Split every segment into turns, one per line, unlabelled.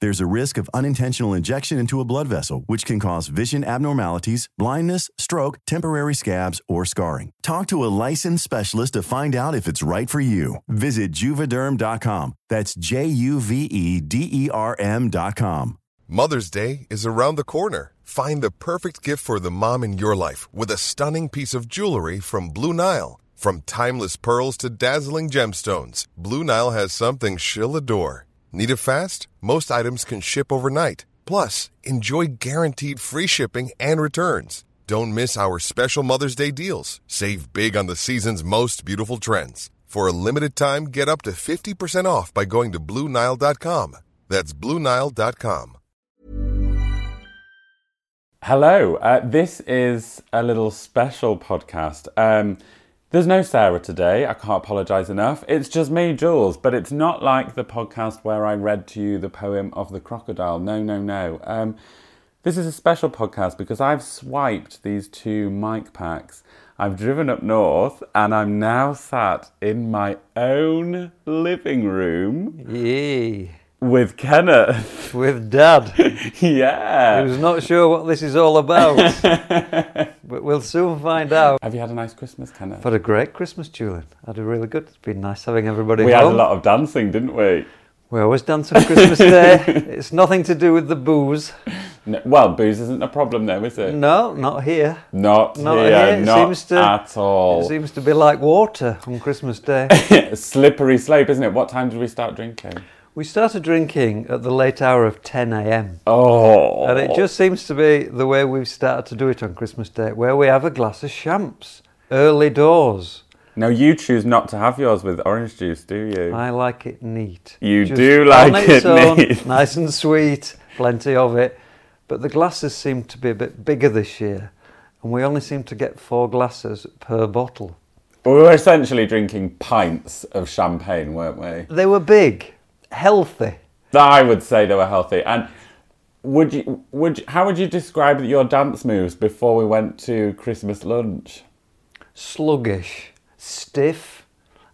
There's a risk of unintentional injection into a blood vessel, which can cause vision abnormalities, blindness, stroke, temporary scabs, or scarring. Talk to a licensed specialist to find out if it's right for you. Visit juvederm.com. That's J U V E D E R M.com.
Mother's Day is around the corner. Find the perfect gift for the mom in your life with a stunning piece of jewelry from Blue Nile. From timeless pearls to dazzling gemstones, Blue Nile has something she'll adore. Need it fast? Most items can ship overnight. Plus, enjoy guaranteed free shipping and returns. Don't miss our special Mother's Day deals. Save big on the season's most beautiful trends. For a limited time, get up to 50% off by going to BlueNile.com. That's BlueNile.com.
Hello, uh, this is a little special podcast. Um, there's no Sarah today, I can't apologise enough. It's just me, Jules, but it's not like the podcast where I read to you the poem of the crocodile. No, no, no. Um, this is a special podcast because I've swiped these two mic packs. I've driven up north and I'm now sat in my own living room
Yee.
with Kenneth.
With Dad,
yeah.
who's not sure what this is all about. but we'll soon find out.
Have you had a nice Christmas, Kenneth?
I've had a great Christmas, Julian. I had a really good. It's been nice having everybody
we had a
home.
lot of dancing, didn't we?
We always dance on Christmas Day. It's nothing to do with the booze.
No, well, booze isn't a problem, though, is it?
No, not here.
Not,
Mm. Not
here,
here, it
not
seems to-
at all.
It seems to be like water on Christmas Day.
Slippery slope, isn't it? What time did we start drinking?
we started drinking at the late hour of 10 a.m.
Oh,
And it just seems to be the way we've started to do it on Christmas Day, where we have a glass of champs early doors.
no. You choose not to have yours with orange juice, do you?
I like it neat.
You do like
on its
it
own,
neat.
Nice and sweet, plenty of it. But the glasses seem to be a bit bigger this year, and we only seem to get four glasses per bottle.
We were essentially drinking pints of champagne, weren't we?
They were big, healthy.
I would say they were healthy. And would you? Would you, how would you describe your dance moves before we went to Christmas lunch?
sluggish, stiff.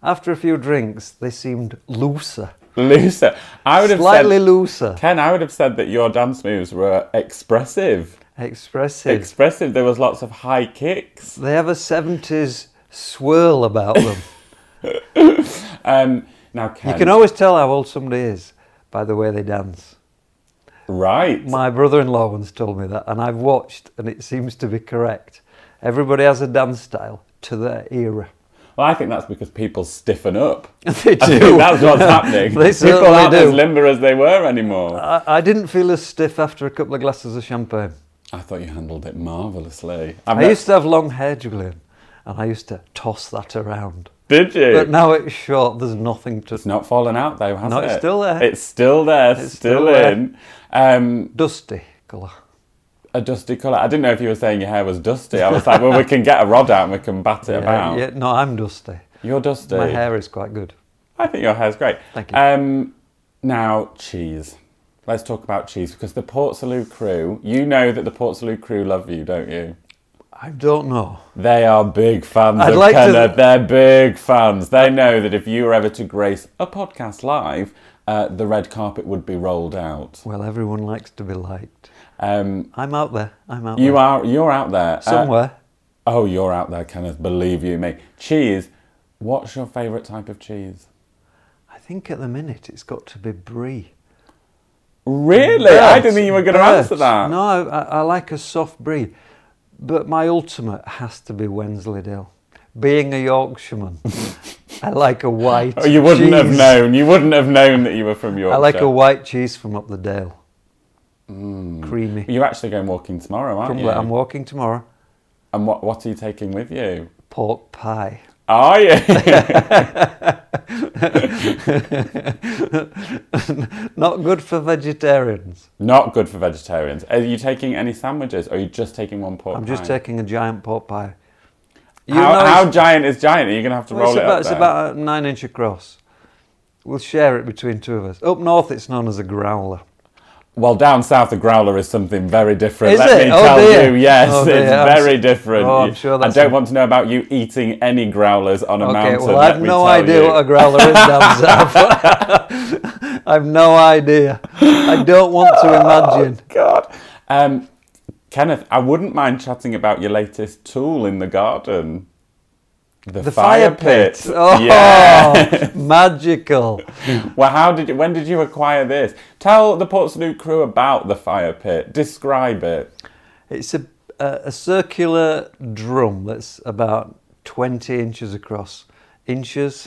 After a few drinks, they seemed looser,
Looser. I would have
slightly
said,
looser,
Ken, I would have said that your dance moves were expressive.
expressive.
Expressive. There was lots of high kicks.
they have a 70s swirl about them.
Um, now, Ken,
you can always tell how old somebody is by the way they dance.
right?
My brother in law once told me that, and I've watched, and it seems to be correct. Everybody has a dance style to their era.
well, I think that's because people stiffen up.
They
I
do.
think that's what's happening.
They
people
certainly
aren't
do.
as limber as they were anymore.
I, I didn't feel as stiff after a couple of glasses of champagne.
I thought you handled it marvelously.
I used to have long hair, Julian, and I used to toss that around.
Did you?
But now it's short. There's nothing to
it's not fallen out though, has
No,
it?
it's still there.
It's still there. still,
still there.
in. Um,
dusty colour.
a dusty colour. I didn't know if you were saying your hair was dusty. I was like, well, we can get a rod out and we can bat it about.
yeah, no, I'm dusty.
You're dusty.
My hair is quite good.
I think your hair's great.
Thank you.
Um, now, cheese. Let's talk about cheese because the Port Salut crew, you know that the Port Salut crew love you, don't you?
I don't know.
They are big fans
I'd
of
like to-
Kenneth. They're big fans. They know that if you were ever to grace a podcast live, uh, the red carpet would be rolled out.
Well, everyone likes to be liked.
Um,
I'm out there. I'm out
you
there.
are you're out there Uh,
somewhere.
oh, you're out there, Kenneth. Believe you me. Cheese. What's your favourite type of cheese?
I think at the minute it's got to be brie.
Really? I didn't think you were going to
Birch.
answer that.
No, I, I I like a soft brie, but my ultimate has to be Wensleydale. Being a Yorkshireman, I like a white.
Oh, you wouldn't have
cheese.
known. You wouldn't have known that you were from Yorkshire.
I like a white cheese from up the dale.
Mm.
Creamy.
You're actually going walking tomorrow, aren't
From
you?
where I'm walking tomorrow.
and what, what are you taking with you?
Pork pie.
Are you?
Not good for vegetarians.
Not good for vegetarians. Are you taking any sandwiches or are you just taking one pork
I'm just
pie?
taking a giant pork pie. You
How,
know
how
it's-
giant is giant? Are you going to have to
well,
roll
it's
it
about,
up
it's
there?
about nine inch across. We'll share it between two of us. Up north, it's known as a growler.
Well, down south, the growler is something very different.
Is
Let
it?
me
Oh,
tell
dear.
you, yes,
Oh, dear.
it's
I'm s-
very different.
Oh, I'm
You-
sure
I
that's
don't
a-
want to know about you eating any growlers on a
Okay,
mountain.
well, I've
let me
no
tell
idea
you.
what a growler is down south. I've no idea. I don't want to imagine.
God. Um, Kenneth, I wouldn't mind chatting about your latest tool in the garden. The,
The fire, pit. Oh,
Yeah.
magical.
well, how did you, when did you acquire this? Tell the Portsmouth crew about the fire pit. Describe it.
It's a, a, a circular drum that's about 20 inches across. Inches?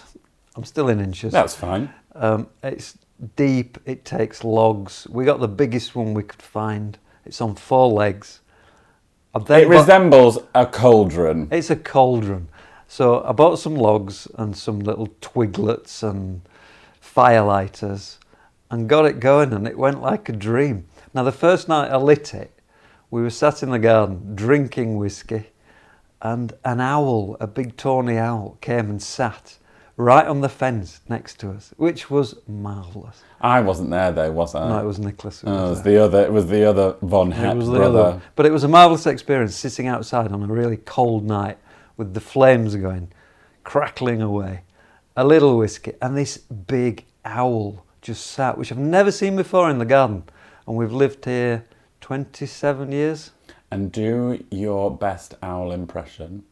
I'm still in inches.
That's fine.
Um, it's deep, it takes logs. We got the biggest one we could find. It's on four legs. I've then
It
got-
resembles a cauldron.
It's a cauldron. So I bought some logs and some little twiglets and firelighters and got it going and it went like a dream. Now the first night I lit it, we were sat in the garden drinking whiskey and an owl, a big tawny owl, came and sat right on the fence next to us, which was marvellous.
I wasn't there though, was I?
No, it was Nicholas. who
Oh, it
was
was the other. It was the other Von Hepp
It was the
brother.
other one. But it was a marvellous experience sitting outside on a really cold night with the flames going, crackling away, a little whiskey, and this big owl just sat, which I've never seen before in the garden. And we've lived here 27 years.
And do your best owl impression.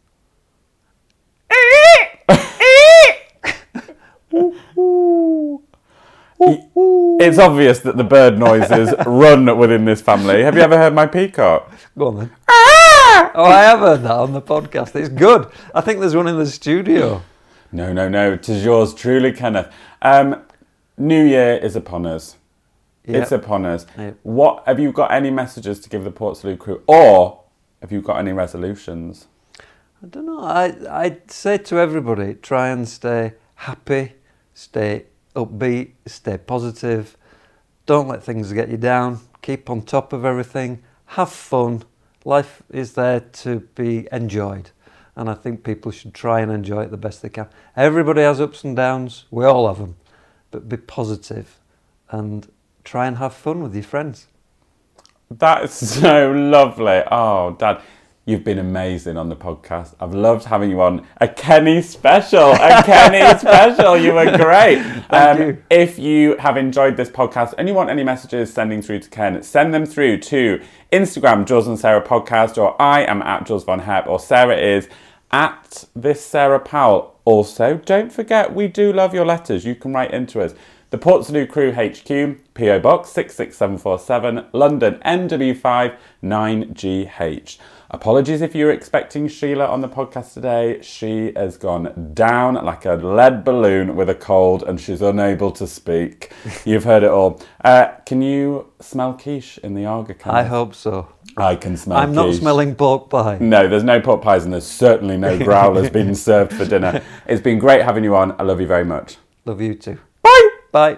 it's obvious that the bird noises run within this family. Have you ever heard my peacock?
Go on then. Oh, I have heard that on the podcast. It's good. I think there's one in the studio.
No, no, no. Tis yours truly, Kenneth. Um, New Year is upon us.
Yep.
It's upon us.
Yep.
What have you got? Any messages to give the Portslade crew, or have you got any resolutions?
I don't know. I I say to everybody, try and stay happy, stay upbeat, stay positive. Don't let things get you down. Keep on top of everything. Have fun. Life is there to be enjoyed, and I think people should try and enjoy it the best they can. Everybody has ups and downs. We all have them, but be positive, and try and have fun with your friends.
That's so lovely. Oh, Dad, you've been amazing on the podcast. I've loved having you on a Kenny special. A Kenny special. You were great. Um,
Thank you.
If you have enjoyed this podcast and you want any messages sending through to Ken, send them through to Instagram, Jules and Sarah Podcast, or I am at Jules Von Hepp, or Sarah is at this Sarah Powell. Also, don't forget, we do love your letters. You can write into us. The Portslade Crew HQ, PO Box 66747, London NW5 9GH. Apologies if you were expecting Sheila on the podcast today. She has gone down like a lead balloon with a cold and she's unable to speak. You've heard it all. Uh, can you smell quiche in the Arga can?
I hope so.
I can smell
I'm not
quiche.
smelling pork pie.
No, there's no pot pies and there's certainly no growlers being served for dinner. It's been great having you on. I love you very much.
Love you too. Bye.